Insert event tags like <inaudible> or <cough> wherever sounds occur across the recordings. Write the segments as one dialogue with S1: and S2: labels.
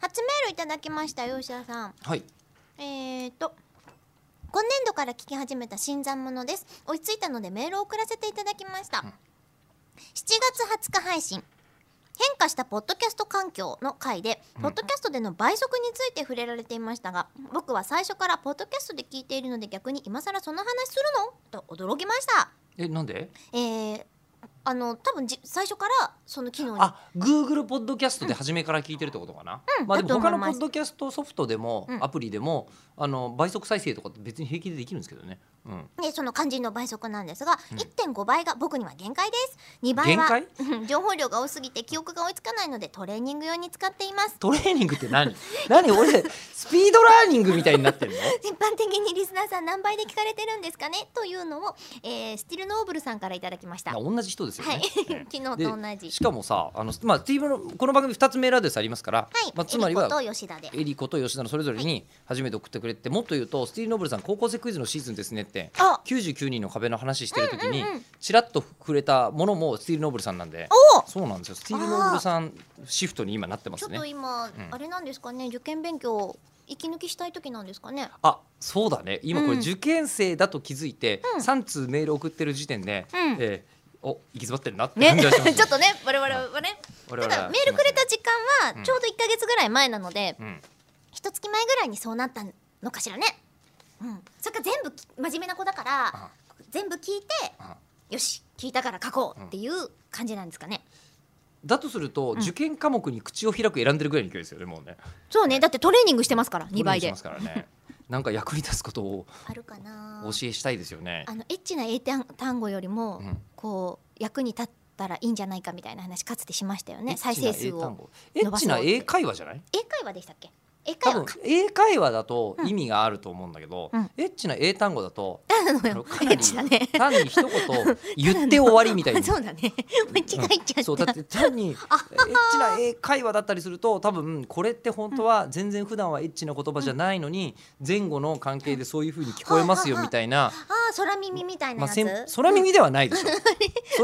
S1: 初メールいただきました吉田さん
S2: はい
S1: えーと今年度から聞き始めた新参者です追いついたのでメールを送らせていただきました、
S2: うん
S1: 7月20日配信変化したポッドキャスト環境の回で、
S2: うん
S1: ポッドキャストでの倍速について触れられていましたが僕は最初からポッドキャストで聞いているので逆に今更その話するのと驚きました
S2: えなんで
S1: えー、あの多分じ最初からその機能に
S2: あ Google ポッドキャストで初めから聞いてるってことかな、
S1: うん
S2: まあで
S1: だと思
S2: も他
S1: い
S2: の
S1: ます
S2: ポッドキャストソフトでも、
S1: うん
S2: アプリでもあの倍速再生とかって別に平気でできるんですけどね、うん、
S1: でその肝心の倍速なんですが、
S2: うん
S1: 1.5倍が僕には限界です2倍は
S2: 限
S1: 情報量が多すぎて記憶が追いつかないのでトレーニング用に使っています
S2: トレーニングって
S1: <laughs>
S2: 何何俺スピードラーニングみたいになってるの
S1: 一般的にリスナーさん何倍で聞かれてるんですかねというのを、えースティルノーブルさんからいただきました、
S2: まあ同じ人ですよね、
S1: はい <laughs> 昨日と同
S2: で
S1: じ
S2: しかもさあの、まあ、TV のこの番組2つメールアドレスありますから、
S1: はい、
S2: まあ、つま
S1: エ
S2: り
S1: リコ
S2: は
S1: と吉田で
S2: えりこと吉田のそれぞれに初めて送ってくれて、もっと言うとスティール・ノブルさん「高校生クイズのシーズンですね」って
S1: あ
S2: 99人の壁の話してる時に
S1: うんうんうん
S2: ちらっと触れたものもスティール・ノブルさんなんで
S1: おー
S2: そうなんですよスティール・ノブルさんシフトに今なってま
S1: ち
S2: す
S1: ょっと
S2: ね
S1: 今、
S2: ん
S1: あれなんですかね受験勉強息抜きしたい時なんですかね
S2: あそうだね今こ
S1: う
S2: れ
S1: ん
S2: 受験生だと気づいて、
S1: うん
S2: 3通メール送ってる時点で、
S1: うん
S2: えーお行き詰まってるなって
S1: ね <laughs>
S2: 感じがします、ね、
S1: ちょっとね我々はね
S2: 我
S1: た
S2: 々は
S1: だメールくれた時間
S2: う
S1: は
S2: ん
S1: ちょうど1か月ぐらい前なので、
S2: うん
S1: 一月前ぐらいにそうなったのかしらね。うん、それか全部き真面目な子だから
S2: あ
S1: 全部聞いて
S2: あ
S1: よし聞いたから書こうっていう感じなんですかね。
S2: だとすると、
S1: ん
S2: 受験科目に口を開く選んでるぐらいの勢いですよねもうね
S1: そうねだってトレーニングしてますから2倍
S2: トレーニングし
S1: で
S2: ます。か
S1: <laughs>
S2: らねなんか役に立つことを
S1: あるかな
S2: お。教えしたいですよね
S1: あのエッチな英単単語よりも、
S2: うん
S1: こう役に立ったらいいんじゃないかみたいな話かつてしましたよ
S2: エ
S1: ね
S2: ッ
S1: 再
S2: チな
S1: 生数
S2: 英単
S1: を
S2: 語エ
S1: 伸
S2: ッ
S1: ば
S2: チ
S1: そうっ
S2: な
S1: て
S2: 英会話じゃない
S1: 英会話でしたっけ英
S2: 多
S1: 会話
S2: 分
S1: か
S2: 英会話だと意味があると思うんだけど、
S1: うん
S2: エッチな英単語だと
S1: <laughs> なのよ
S2: かな
S1: エッ
S2: り
S1: チだね
S2: 単に
S1: <laughs>
S2: 一言言って終わりみたいな
S1: そうだね <laughs> 間違えちゃった、
S2: そうだって単にエッチな英会話だったりすると多分これって本当は全然普段はエッチな言葉じゃないのに前後の関係でそういうふうに聞こえますよみたいな
S1: ああ空耳みたいな
S2: ま
S1: や
S2: あ、
S1: つ、
S2: せん空耳ではないで
S1: <laughs>
S2: しょ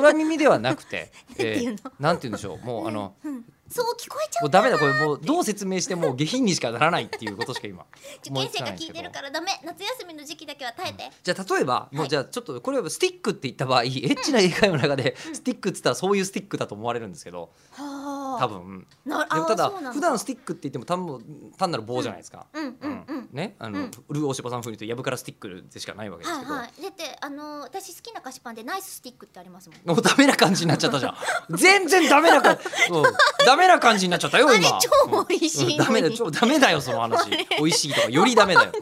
S2: 空耳ではなくて、
S1: なんていうの
S2: なんて言うんでしょうもうあの
S1: そう聞こえちゃう
S2: もうダメだこれもうどう説明しても下品にしかならないっていうことしか今
S1: <laughs> 受
S2: 思
S1: 験
S2: つ
S1: 生
S2: かな
S1: が
S2: いんです
S1: 聞い
S2: け
S1: て
S2: ど
S1: るからダメ夏休みの時期だけは耐えて、
S2: じゃあ例えばも
S1: は
S2: う
S1: い
S2: じゃあちょっとこれはスティックって言った場合、エッチな英会話の中でスティックって言ったらそういうスティックだと思われるんですけど
S1: は
S2: 多分
S1: な
S2: で
S1: あ
S2: も
S1: ー
S2: ただ
S1: そうなん
S2: 普段スティックって言っても単も単なる棒じゃないですか。
S1: うんうんうん、
S2: ね、あの、
S1: うん
S2: ルー大柴さん風に言うとやぶからスティックでしかないわけです
S1: は
S2: け
S1: い
S2: ど、
S1: はいだってあのー私好きな菓子パンでナイススティックってありますもん
S2: もうダメな感じになっちゃった
S1: <laughs>
S2: じゃん。全然ダメな感じ、うんダメな感じになっちゃったよ
S1: あれ
S2: 今。
S1: 超美味しいのに
S2: うんダメだよ、超ダメだよその話。美味しいとかよりダメだよ。